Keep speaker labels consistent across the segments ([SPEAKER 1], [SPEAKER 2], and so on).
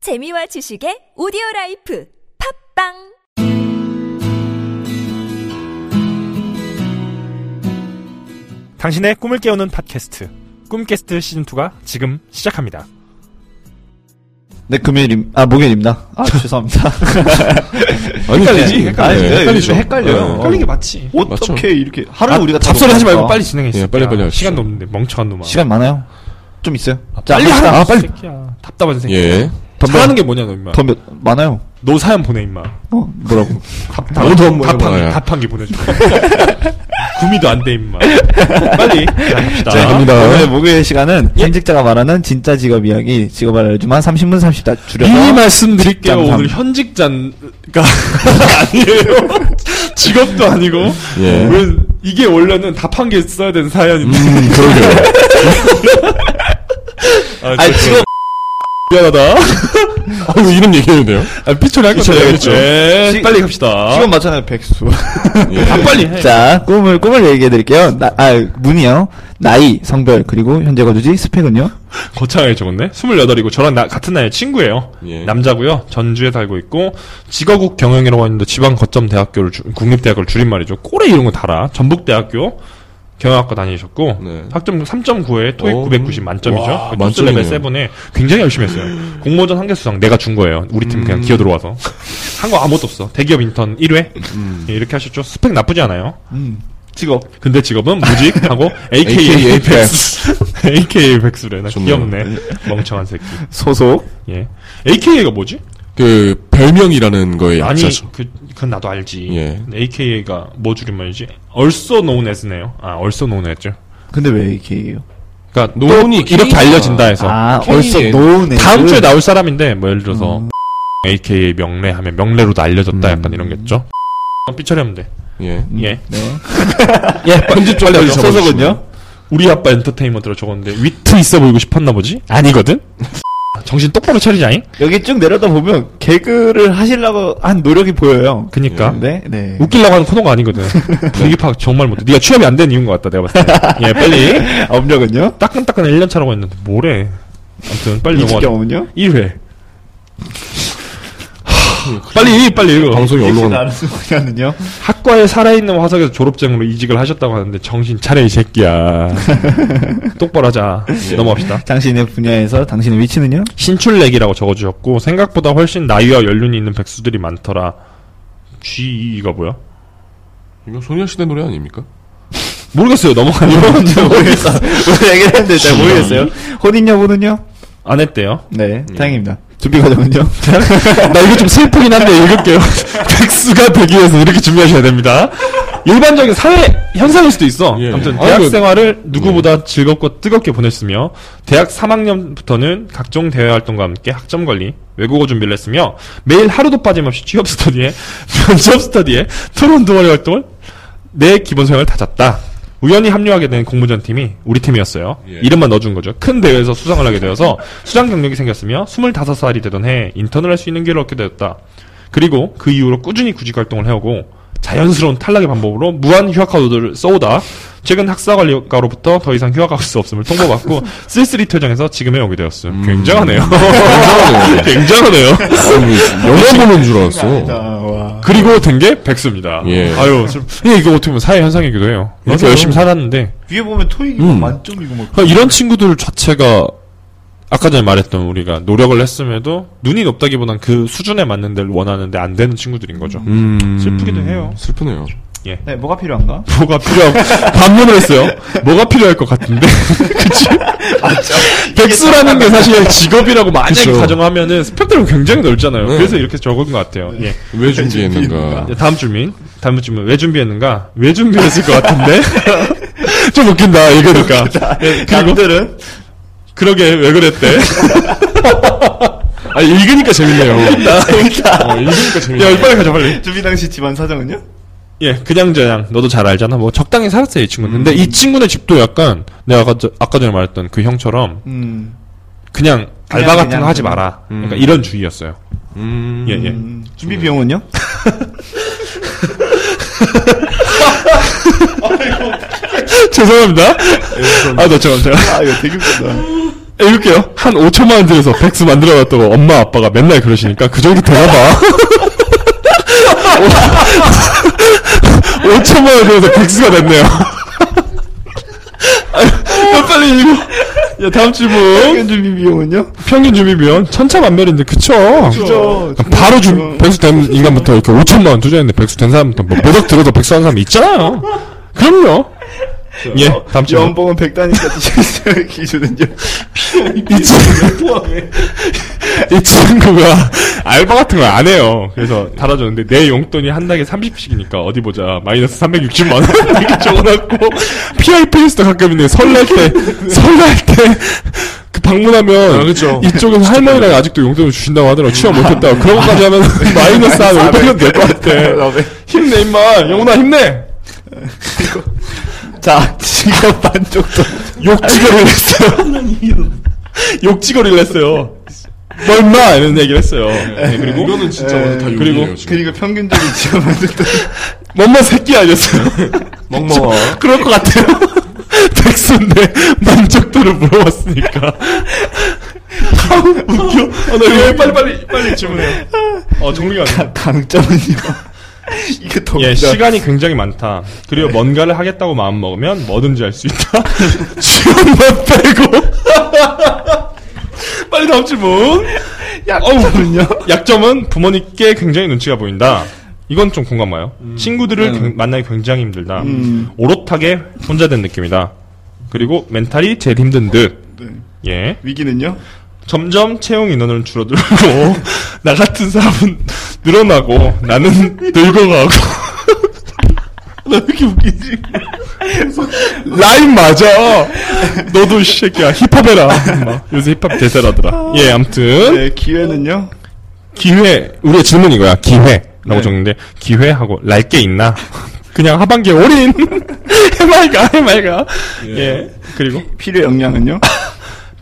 [SPEAKER 1] 재미와 지식의 오디오 라이프 팝빵
[SPEAKER 2] 당신의 꿈을 깨우는 팟캐스트 꿈캐스트 시즌 2가 지금 시작합니다.
[SPEAKER 3] 네, 금요일임, 아, 목요일입니다. 아, 죄송합니다.
[SPEAKER 4] 헷갈리지?
[SPEAKER 3] 네.
[SPEAKER 4] 헷갈려요.
[SPEAKER 3] 아니, 네,
[SPEAKER 4] 헷갈리죠.
[SPEAKER 3] 헷갈려요.
[SPEAKER 4] 네.
[SPEAKER 2] 헷갈린 게 맞지.
[SPEAKER 3] 어떻게
[SPEAKER 4] 맞죠?
[SPEAKER 3] 이렇게, 하루
[SPEAKER 2] 아,
[SPEAKER 3] 우리가 다
[SPEAKER 4] 잡소리 하지 말고
[SPEAKER 3] 돌아가니까.
[SPEAKER 4] 빨리
[SPEAKER 2] 진행했어.
[SPEAKER 4] 예, 빨리 빨리 합시다.
[SPEAKER 2] 시간도 없는데 멍청한 놈아.
[SPEAKER 3] 시간 많아요? 좀 있어요?
[SPEAKER 4] 빨리 하라. 아, 빨리.
[SPEAKER 2] 새끼야. 답답한 새끼.
[SPEAKER 4] 예.
[SPEAKER 3] 덤벼.
[SPEAKER 2] 하는 게 뭐냐 너 임마.
[SPEAKER 3] 더 몇, 많아요.
[SPEAKER 2] 너 사연 보내 임마.
[SPEAKER 3] 어, 뭐라고.
[SPEAKER 4] 아, 너무 더운 거야,
[SPEAKER 2] 답한기
[SPEAKER 4] 뭐야.
[SPEAKER 2] 답한기 보내줘. 구미도 안 돼 임마. 빨리 시작합시다.
[SPEAKER 4] 자, 갑니다. 예.
[SPEAKER 3] 오늘 목요일 시간은 현직자가 말하는 진짜 직업 이야기, 직업 알려주만 30분 30다 줄여서.
[SPEAKER 4] 미리 말씀드릴게요.
[SPEAKER 2] 이게 오늘
[SPEAKER 4] 오늘
[SPEAKER 2] 현직자가 아니에요. 직업도 아니고.
[SPEAKER 4] 예.
[SPEAKER 2] 왜 이게 원래는 답한기 써야 되는 사연인데.
[SPEAKER 4] 음, 그러게요.
[SPEAKER 2] 아,
[SPEAKER 3] 아니,
[SPEAKER 2] 죄송해요.
[SPEAKER 3] 직업, 아,
[SPEAKER 4] 미안하다. 아유, 이름 얘기해도 돼요?
[SPEAKER 2] 아, 피처리 할 건데.
[SPEAKER 4] 피처리 하겠죠.
[SPEAKER 2] 예,
[SPEAKER 3] 시-
[SPEAKER 2] 빨리 갑시다.
[SPEAKER 3] 직업 맞잖아요, 백수.
[SPEAKER 4] 예.
[SPEAKER 2] 아, 빨리 해.
[SPEAKER 3] 자, 꿈을, 꿈을 얘기해 드릴게요. 나, 아, 문이요. 나이, 성별, 그리고 현재 거주지, 스펙은요?
[SPEAKER 2] 거창하게 적었네. 28이고 저랑 나, 같은 나이 친구예요.
[SPEAKER 4] 예.
[SPEAKER 2] 남자고요. 전주에 살고 있고 직어국 경영이라고 하는데 지방 거점 대학교를 주- 국립대학교를 줄인 말이죠. 꼬레 이런 거 달아. 전북대학교 경영학과 다니셨고
[SPEAKER 4] 네.
[SPEAKER 2] 학점 3.9에 토익
[SPEAKER 4] 오.
[SPEAKER 2] 990 만점이죠.
[SPEAKER 4] 와,
[SPEAKER 2] 그 토스 레벨
[SPEAKER 4] 만점이네요. 음.
[SPEAKER 2] 7에 굉장히 열심히 했어요. 공모전 한개 수상 내가 준 거예요. 우리 팀 그냥 기어 들어와서 한 거 아무것도 없어. 대기업 인턴 1회
[SPEAKER 4] 음.
[SPEAKER 2] 예, 이렇게 하셨죠. 스펙 나쁘지 않아요.
[SPEAKER 3] 직업.
[SPEAKER 2] 근데 직업은 무직하고 AKA
[SPEAKER 4] AKA
[SPEAKER 2] 백수. AKA 백수래. 나
[SPEAKER 4] 좋네요.
[SPEAKER 2] 귀엽네. 멍청한 새끼.
[SPEAKER 3] 소속.
[SPEAKER 2] 예. AKA가 뭐지?
[SPEAKER 4] 그, 별명이라는 거에
[SPEAKER 2] 아니,
[SPEAKER 4] 약자죠.
[SPEAKER 2] 그, 그건 나도 알지.
[SPEAKER 4] 예.
[SPEAKER 2] AKA가 뭐 줄임말이지? also known as네요. 아, also known as죠.
[SPEAKER 3] 근데 왜 AK예요?
[SPEAKER 2] 그니까, 러
[SPEAKER 4] known이
[SPEAKER 2] 이렇게
[SPEAKER 4] K가-
[SPEAKER 2] 알려진다 해서.
[SPEAKER 3] 아,
[SPEAKER 4] K-
[SPEAKER 3] 벌써
[SPEAKER 4] K-
[SPEAKER 3] 노은애.
[SPEAKER 2] 다음 주에 나올 사람인데, 뭐 예를 들어서, AKA 명례 하면 명례로도 알려졌다 약간 이런 거겠죠? 삐처리하면 돼.
[SPEAKER 4] 예.
[SPEAKER 2] 예.
[SPEAKER 3] 네.
[SPEAKER 4] 예, 편집 좀 빨리 적어주시면.
[SPEAKER 3] 소속은요?
[SPEAKER 2] 우리 아빠 엔터테인먼트로 적었는데, 위트 있어 보이고 싶었나 보지? 아니거든? 정신 똑바로 차리자잉?
[SPEAKER 3] 여기 쭉 내려다 보면 개그를 하시려고 한 노력이 보여요.
[SPEAKER 2] 그니까.
[SPEAKER 3] 네, 네.
[SPEAKER 2] 웃기려고 하는 코너가 아니거든. 분위기 파악 정말 못해. 네가 취업이 안 된 이유인 것 같다, 내가 봤을 때. 예, 빨리.
[SPEAKER 3] 아, 업력은요?
[SPEAKER 2] 따끈따끈한 1년 차라고 했는데, 뭐래. 아무튼, 빨리
[SPEAKER 3] 이직
[SPEAKER 2] 넘어가자.
[SPEAKER 3] 경험은요?
[SPEAKER 2] 1회. 빨리 빨리 읽어.
[SPEAKER 4] 방송이 얼른
[SPEAKER 3] 나는 소리는요?
[SPEAKER 2] 학과에 살아있는 화석에서 졸업생으로 이직을 하셨다고 하는데 정신 차려 이 새끼야. 똑바로 하자.
[SPEAKER 4] 예.
[SPEAKER 2] 넘어갑시다.
[SPEAKER 3] 당신의 분야에서 당신의 위치는요?
[SPEAKER 2] 신출내기라고 적어주셨고 생각보다 훨씬 나이와 연륜이 있는 백수들이 많더라. G가 뭐야?
[SPEAKER 4] 이거 소녀시대 노래 아닙니까?
[SPEAKER 2] 모르겠어요. 넘어가요.
[SPEAKER 3] 모르겠어. 오늘 얘기를 했는데 잘 모르겠어요. 혼인 여부는요?
[SPEAKER 2] 안 했대요.
[SPEAKER 3] 네, 다행입니다. 준비 과정은요?
[SPEAKER 2] 나 이거 좀 슬프긴 한데 읽을게요. 백수가 되기 위해서 이렇게 준비하셔야 됩니다. 일반적인 사회 현상일 수도 있어.
[SPEAKER 4] 예.
[SPEAKER 2] 아무튼
[SPEAKER 4] 아이고.
[SPEAKER 2] 대학 생활을 누구보다 즐겁고 뜨겁게 보냈으며 대학 3학년부터는 각종 대외 활동과 함께 학점 관리, 외국어 준비를 했으며 매일 하루도 빠짐없이 취업 스터디에 면접 스터디에 토론 동아리 활동을 내 기본 소양을 다졌다. 우연히 합류하게 된 공모전 팀이 우리 팀이었어요.
[SPEAKER 4] 예.
[SPEAKER 2] 이름만 넣어준 거죠. 큰 대회에서 수상을 하게 되어서 수상 경력이 생겼으며 25살이 되던 해 인턴을 할 수 있는 기회를 얻게 되었다. 그리고 그 이후로 꾸준히 구직 활동을 해오고 자연스러운 탈락의 방법으로 무한 휴학 카드를 써오다 최근 학사 관리과로부터 더 이상 휴학할 수 없음을 통보받고 쓸쓸히 퇴장해서 지금에 오게 되었어요. 음. 굉장하네요. 굉장하네요.
[SPEAKER 4] 영화 보는 줄 알았어.
[SPEAKER 3] 아, 와.
[SPEAKER 2] 그리고 된 게 백수입니다.
[SPEAKER 4] 예.
[SPEAKER 2] 아유, 슬- 예, 이거 어떻게 보면 사회 현상이기도 해요. 이렇게
[SPEAKER 4] 맞아요.
[SPEAKER 2] 열심히 살았는데
[SPEAKER 3] 위에 보면 토익이
[SPEAKER 4] 음.
[SPEAKER 3] 만점이고 뭐. 막.
[SPEAKER 2] 그러니까 이런 친구들 자체가 아까 전에 말했던 우리가 노력을 했음에도 눈이 높다기보단 그 수준에 맞는 데를 원하는데 안 되는 친구들인 거죠.
[SPEAKER 4] 음.
[SPEAKER 2] 슬프기도 해요.
[SPEAKER 4] 슬프네요.
[SPEAKER 3] 네, 뭐가 필요한가?
[SPEAKER 2] 뭐가 필요한 반문을 했어요. 뭐가 필요할 것 같은데, 그치? 아, 백수라는 게 사실 직업이라고 만약에
[SPEAKER 4] 그쵸.
[SPEAKER 2] 가정하면은 스펙트럼이 굉장히 넓잖아요.
[SPEAKER 4] 네.
[SPEAKER 2] 그래서 이렇게 적은 것 같아요. 예.
[SPEAKER 4] 왜 준비했는가.
[SPEAKER 2] 예, 다음 주민, 다음 주민 왜 준비했는가? 왜 준비했을 것 같은데? 좀 웃긴다. 이거니까. 예, 그리고
[SPEAKER 3] 남들은
[SPEAKER 2] 그러게 왜 그랬대?
[SPEAKER 4] 아, 읽으니까 재밌네요. 어, 읽으니까
[SPEAKER 2] 야,
[SPEAKER 4] 재밌네요.
[SPEAKER 2] 이거 빨리 가자 빨리.
[SPEAKER 3] 준비 당시 집안 사정은요?
[SPEAKER 2] 예, 그냥저냥 너도 잘 알잖아. 뭐 적당히 살았어요 이 친구는. 근데 이 친구네 집도 약간 내가 아까, 저- 아까 전에 말했던 그 형처럼
[SPEAKER 3] 음.
[SPEAKER 2] 그냥 알바 같은
[SPEAKER 3] 그냥
[SPEAKER 2] 거 하지
[SPEAKER 3] 그냥.
[SPEAKER 2] 마라. 그러니까
[SPEAKER 4] 음.
[SPEAKER 2] 이런 주의였어요.
[SPEAKER 4] 음.
[SPEAKER 2] 예, 예.
[SPEAKER 3] 음, 준비 비용은요?
[SPEAKER 2] 죄송합니다. 아, 너 잠깐 제가
[SPEAKER 3] 아, 이거 되게 웃긴다.
[SPEAKER 4] 읽을게요. 한 5천만 들여서 백수 만들어놨다고 엄마 아빠가 맨날 그러시니까 그 정도 되나봐. 5천만 원 들여서 백수가 됐네요. 아, 빨리 읽어. 야, 다음
[SPEAKER 3] 어?
[SPEAKER 4] 질문.
[SPEAKER 3] 준비 비용은요?
[SPEAKER 4] 평균 주비비원 천차만별인데, 그쵸?
[SPEAKER 3] 그죠.
[SPEAKER 4] 바로 주, 백수 된 인간부터 이렇게 5천만 원 투자했는데 백수 된 사람부터 뭐 보석 들어서 백수 한 사람 있잖아요. 그럼요. 예, 다음 질문.
[SPEAKER 3] 어? 연봉은 100단위까지 실수의 기준은요?
[SPEAKER 4] 이, 친... 이 친구가 알바 같은 걸 안 해요. 그래서 달아줬는데 내 용돈이 한 달에 30씩이니까 어디 보자. 마이너스 360만 원 이렇게 적어놨고 PIP 리스트 가끔 있네. 설날 때 설날 때. 그 방문하면 이쪽에서 할머니랑 아직도 용돈을 주신다고 하더라고 취업 못했다고 그런 것까지 하면 마이너스 한 500원 될 것 아. 같아 네. 힘내 임마 영훈아 힘내
[SPEAKER 3] 자, 지금 반쪽도.
[SPEAKER 4] 욕지거리를 했어요. 욕지거리를 했어요. 뭘마 이런 얘기를 했어요. 네, 그리고 이거는 진짜
[SPEAKER 3] 오늘 다
[SPEAKER 4] 그리고
[SPEAKER 5] 욕이네요, 지금.
[SPEAKER 3] 그리고 평균적인 지금 반쪽도.
[SPEAKER 4] 뭔마 새끼 아니었어요.
[SPEAKER 5] 먹먹어.
[SPEAKER 4] 그럴 것 같아요. 백수인데 만족도를 물어봤으니까. 아, 웃겨. 아, 나 이거 빨리 빨리 빨리 질문해요. 어 정리가 안 돼.
[SPEAKER 3] 강점은요? 이게 더.
[SPEAKER 2] 예,
[SPEAKER 3] 웃기다.
[SPEAKER 2] 시간이 굉장히 많다.
[SPEAKER 4] 네.
[SPEAKER 2] 그리고 뭔가를 하겠다고 마음 먹으면 뭐든지 할 수 있다.
[SPEAKER 4] 지원만 빼고. 빨리 다음 질문.
[SPEAKER 3] 약점은요?
[SPEAKER 2] 약점은 부모님께 굉장히 눈치가 보인다. 이건 좀 공감 와요. 친구들을 굉- 만나기 굉장히 힘들다. 오롯하게 혼자 된 느낌이다. 그리고 멘탈이 제일 힘든 듯.
[SPEAKER 3] 네.
[SPEAKER 2] 예.
[SPEAKER 3] 위기는요?
[SPEAKER 2] 점점 채용 인원은 줄어들고 나 같은 사람은 늘어나고 나는 늙어가고
[SPEAKER 3] 나 왜 이렇게 웃기지?
[SPEAKER 4] 라임 맞아. 너도 이 새끼야 힙합 해라. 막 요새 힙합 대세라더라. 예, 암튼
[SPEAKER 3] 네, 기회는요?
[SPEAKER 4] 기회 우리의 질문 이거야. 기회라고
[SPEAKER 2] 라고 적는데 기회하고 날 게 있나? 그냥 하반기에 올인 해맑아 해맑아 예. 그리고
[SPEAKER 3] 필요 역량은요?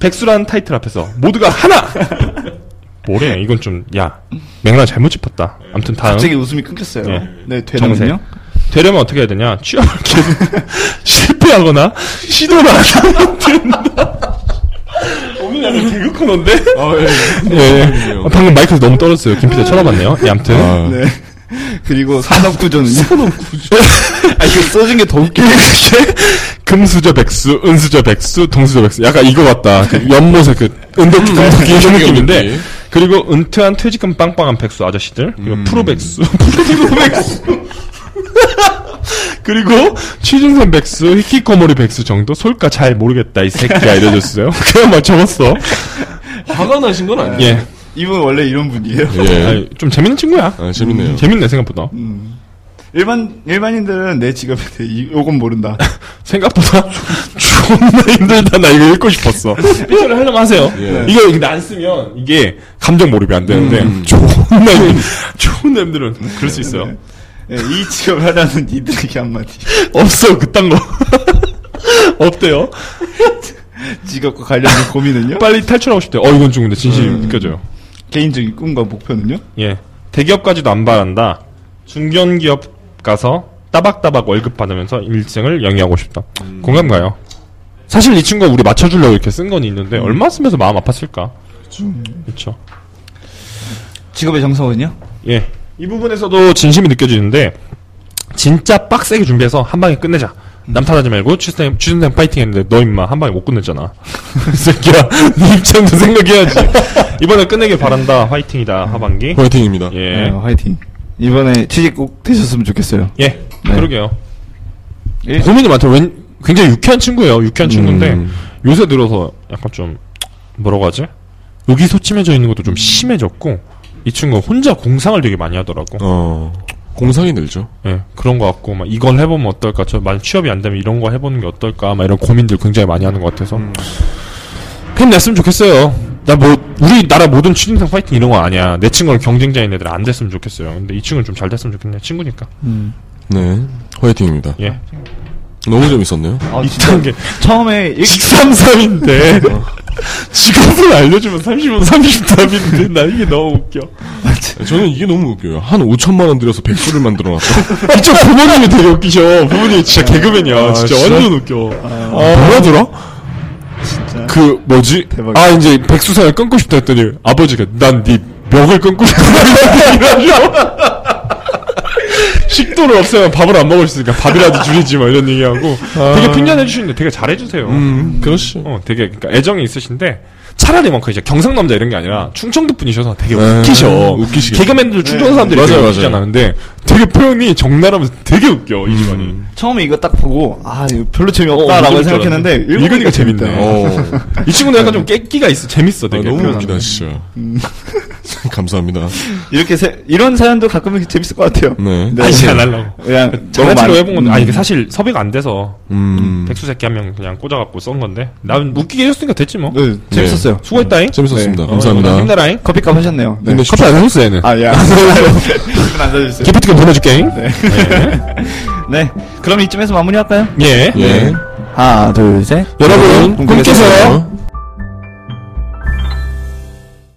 [SPEAKER 2] 백수라는 타이틀 앞에서 모두가 하나 뭐래 이건 좀야 맥락 잘못 짚었다 암튼 다음
[SPEAKER 3] 갑자기 웃음이 끊겼어요.
[SPEAKER 2] 예.
[SPEAKER 3] 네,
[SPEAKER 2] 정색.
[SPEAKER 3] 되는군요?
[SPEAKER 2] 되려면 어떻게 해야 되냐? 취업을 계속 실패하거나 시도를 안 하면 된다. 오늘 약간 개그 코너인데? 예. 아, 방금 마이크에서 너무 떨어졌어요. 김 피디 쳐다봤네요. 예, 암튼.
[SPEAKER 4] 아.
[SPEAKER 3] 네. 그리고 산업구조는요? 산업구조. 아, 이거 써준 게 더 웃겨.
[SPEAKER 4] 이렇게 금수저 백수, 은수저 백수, 동수저 백수. 약간 이거 같다. 그 연못에 그
[SPEAKER 5] 음,
[SPEAKER 4] 은덕기 금덕기 이런 느낌인데.
[SPEAKER 5] 은덕기.
[SPEAKER 2] 그리고 은퇴한 퇴직금 빵빵한 백수 아저씨들. 그리고
[SPEAKER 5] 음.
[SPEAKER 2] 프로 백수. 프로 백수.
[SPEAKER 4] 그리고 취준생 백수, 히키코모리 백수 정도 솔까 잘 모르겠다 이 새끼야 이래줬어요. 그냥 막 적었어.
[SPEAKER 5] 화가 나신 건 아니에요.
[SPEAKER 4] 예.
[SPEAKER 3] 이분 원래 이런 분이에요.
[SPEAKER 5] 예.
[SPEAKER 2] 아니, 좀 재밌는 친구야.
[SPEAKER 5] 아,
[SPEAKER 4] 음.
[SPEAKER 5] 재밌네요.
[SPEAKER 2] 재밌네, 생각보다.
[SPEAKER 3] 일반, 일반인들은 내 직업에 대해 이- 요건 모른다.
[SPEAKER 2] 생각보다
[SPEAKER 4] 존나 힘들다. 나 이거 읽고 싶었어.
[SPEAKER 2] 피처를 하려면 하세요.
[SPEAKER 5] 예.
[SPEAKER 4] 네. 이거 근데 안 쓰면 이게 감정 몰입이 안 되는데
[SPEAKER 2] 음.
[SPEAKER 4] 존나 힘- 존나 힘들은
[SPEAKER 2] 그럴 수 있어요.
[SPEAKER 3] 예, 이 직업을 하라는 이들에게 한마디.
[SPEAKER 4] 없어 그딴 거 없대요.
[SPEAKER 3] 직업과 관련된 고민은요?
[SPEAKER 2] 빨리 탈출하고 싶대요. 어, 이건 좀 근데 진심이
[SPEAKER 4] 음.
[SPEAKER 2] 느껴져요.
[SPEAKER 3] 개인적인 꿈과 목표는요?
[SPEAKER 2] 예. 대기업까지도 안 바란다. 중견기업 가서 따박따박 월급 받으면서 일생을 영위하고 싶다.
[SPEAKER 4] 음.
[SPEAKER 2] 공감 가요. 사실 이 친구가 우리 맞춰주려고 이렇게 쓴 건 있는데, 얼마 쓰면서 마음 아팠을까? 그렇죠.
[SPEAKER 3] 직업의 정성은요?
[SPEAKER 2] 예. 이 부분에서도 진심이 느껴지는데, 진짜 빡세게 준비해서 한 방에 끝내자. 남 탓하지 말고 취준생, 취준생 파이팅 했는데 너 임마 한 방에 못 끝냈잖아. 이 새끼야, 네 입장도 생각해야지. 이번에 끝내길 바란다. 화이팅이다. 하반기.
[SPEAKER 5] 화이팅입니다.
[SPEAKER 3] 네,
[SPEAKER 2] 예.
[SPEAKER 3] 화이팅. 이번에 취직 꼭 되셨으면 좋겠어요.
[SPEAKER 2] 예. 그러게요. 고민이 많다. 왠, 굉장히 유쾌한 친구예요. 유쾌한 친구인데 요새 들어서 약간 좀 뭐라고 하지? 의기소침해져 있는 것도 좀 심해졌고 이 친구가 혼자 공상을 되게 많이 하더라고.
[SPEAKER 5] 어. 공상이 늘죠.
[SPEAKER 2] 예, 그런 것 같고 막 이걸 해보면 어떨까? 저 만약 취업이 안 되면 이런 거 해보는 게 어떨까? 막 이런 고민들 굉장히 많이 하는 것 같아서 그냥 냈으면 좋겠어요. 나 뭐 우리나라 모든 취준생 파이팅 이런 거 아니야. 내 친구는 경쟁자인 애들 안 됐으면 좋겠어요. 근데 이 친구는 좀 잘 됐으면 좋겠네. 친구니까.
[SPEAKER 5] 네. 화이팅입니다.
[SPEAKER 2] 예.
[SPEAKER 5] 너무 재밌었네요.
[SPEAKER 3] 아, 진짜
[SPEAKER 2] 이딴 게
[SPEAKER 3] 처음에 일,
[SPEAKER 2] 133인데 직업을 알려주면 30분 30답인데 나 이게 너무 웃겨.
[SPEAKER 5] 저는 이게 너무 웃겨요. 한 5천만 원 들여서 백수를 만들어 놨다.
[SPEAKER 2] 진짜 부모님이 되게 웃기셔. 부모님이 아, 진짜 아. 개그맨이야.
[SPEAKER 5] 진짜 완전
[SPEAKER 2] 웃겨.
[SPEAKER 5] 뭐라더라?
[SPEAKER 3] 진짜.
[SPEAKER 2] 그 뭐지?
[SPEAKER 3] 대박이다.
[SPEAKER 2] 아 이제 백수산을 끊고 싶다 했더니 아버지가 난 네 멱을 끊고 싶다 이러죠. 식도를 없애면 밥을 안 먹을 수 있으니까 밥이라도 줄이지 막 이런 얘기하고 되게 핀잔해 주시는데 되게 잘해 주세요.
[SPEAKER 4] 아. 음, 그렇지.
[SPEAKER 2] 어 되게 그러니까 애정이 있으신데 차라리 막 이제 경상 남자 이런 게 아니라 충청도 분이셔서 되게
[SPEAKER 4] 네,
[SPEAKER 2] 웃기셔.
[SPEAKER 4] 웃기시겠다. 네.
[SPEAKER 2] 개그맨들 충청도 사람들이
[SPEAKER 4] 맞아요,
[SPEAKER 2] 되게
[SPEAKER 4] 맞아요.
[SPEAKER 2] 웃기잖아. 근데 되게 표현이 적나라면서 되게 웃겨 이주환이.
[SPEAKER 3] 처음에 이거 딱 보고 아 이거 별로 재미없다라고
[SPEAKER 2] 어,
[SPEAKER 3] 생각했는데
[SPEAKER 2] 읽으니까 재밌네.
[SPEAKER 4] 어.
[SPEAKER 2] 이 친구는 약간 좀 깨끼가 있어 재밌어
[SPEAKER 4] 아,
[SPEAKER 2] 되게.
[SPEAKER 4] 너무
[SPEAKER 2] 표현이.
[SPEAKER 4] 웃기다, 진짜. 감사합니다.
[SPEAKER 3] 이렇게 세, 이런 사연도 가끔은 재밌을 것 같아요.
[SPEAKER 4] 네.
[SPEAKER 3] 네.
[SPEAKER 6] 아니, 안 하려고.
[SPEAKER 3] 그냥
[SPEAKER 6] 장난치고
[SPEAKER 3] 많-
[SPEAKER 6] 해본 건데,
[SPEAKER 3] 음.
[SPEAKER 6] 아, 이게 사실 섭외가 안 돼서,
[SPEAKER 4] 음.
[SPEAKER 6] 백수 새끼 한 명 그냥 꽂아갖고 썬 건데, 난 웃기게 해줬으니까 됐지 뭐.
[SPEAKER 3] 네, 재밌었어요.
[SPEAKER 6] 수고했다잉.
[SPEAKER 4] 재밌었습니다.
[SPEAKER 6] 어,
[SPEAKER 4] 감사합니다.
[SPEAKER 6] 힘내라잉.
[SPEAKER 3] 커피값 하셨네요. 네.
[SPEAKER 4] 근데
[SPEAKER 2] 커피 안 사줬어 얘는.
[SPEAKER 3] 아 예. 기분 안 사주세요.
[SPEAKER 2] 기프티콘 보내줄게잉.
[SPEAKER 3] 네. 그럼 이쯤에서 마무리할까요?
[SPEAKER 6] 예.
[SPEAKER 4] 예.
[SPEAKER 3] 하나 둘 셋.
[SPEAKER 4] 여러분,
[SPEAKER 3] 꿈 깨세요.
[SPEAKER 4] 꿈꾸세요.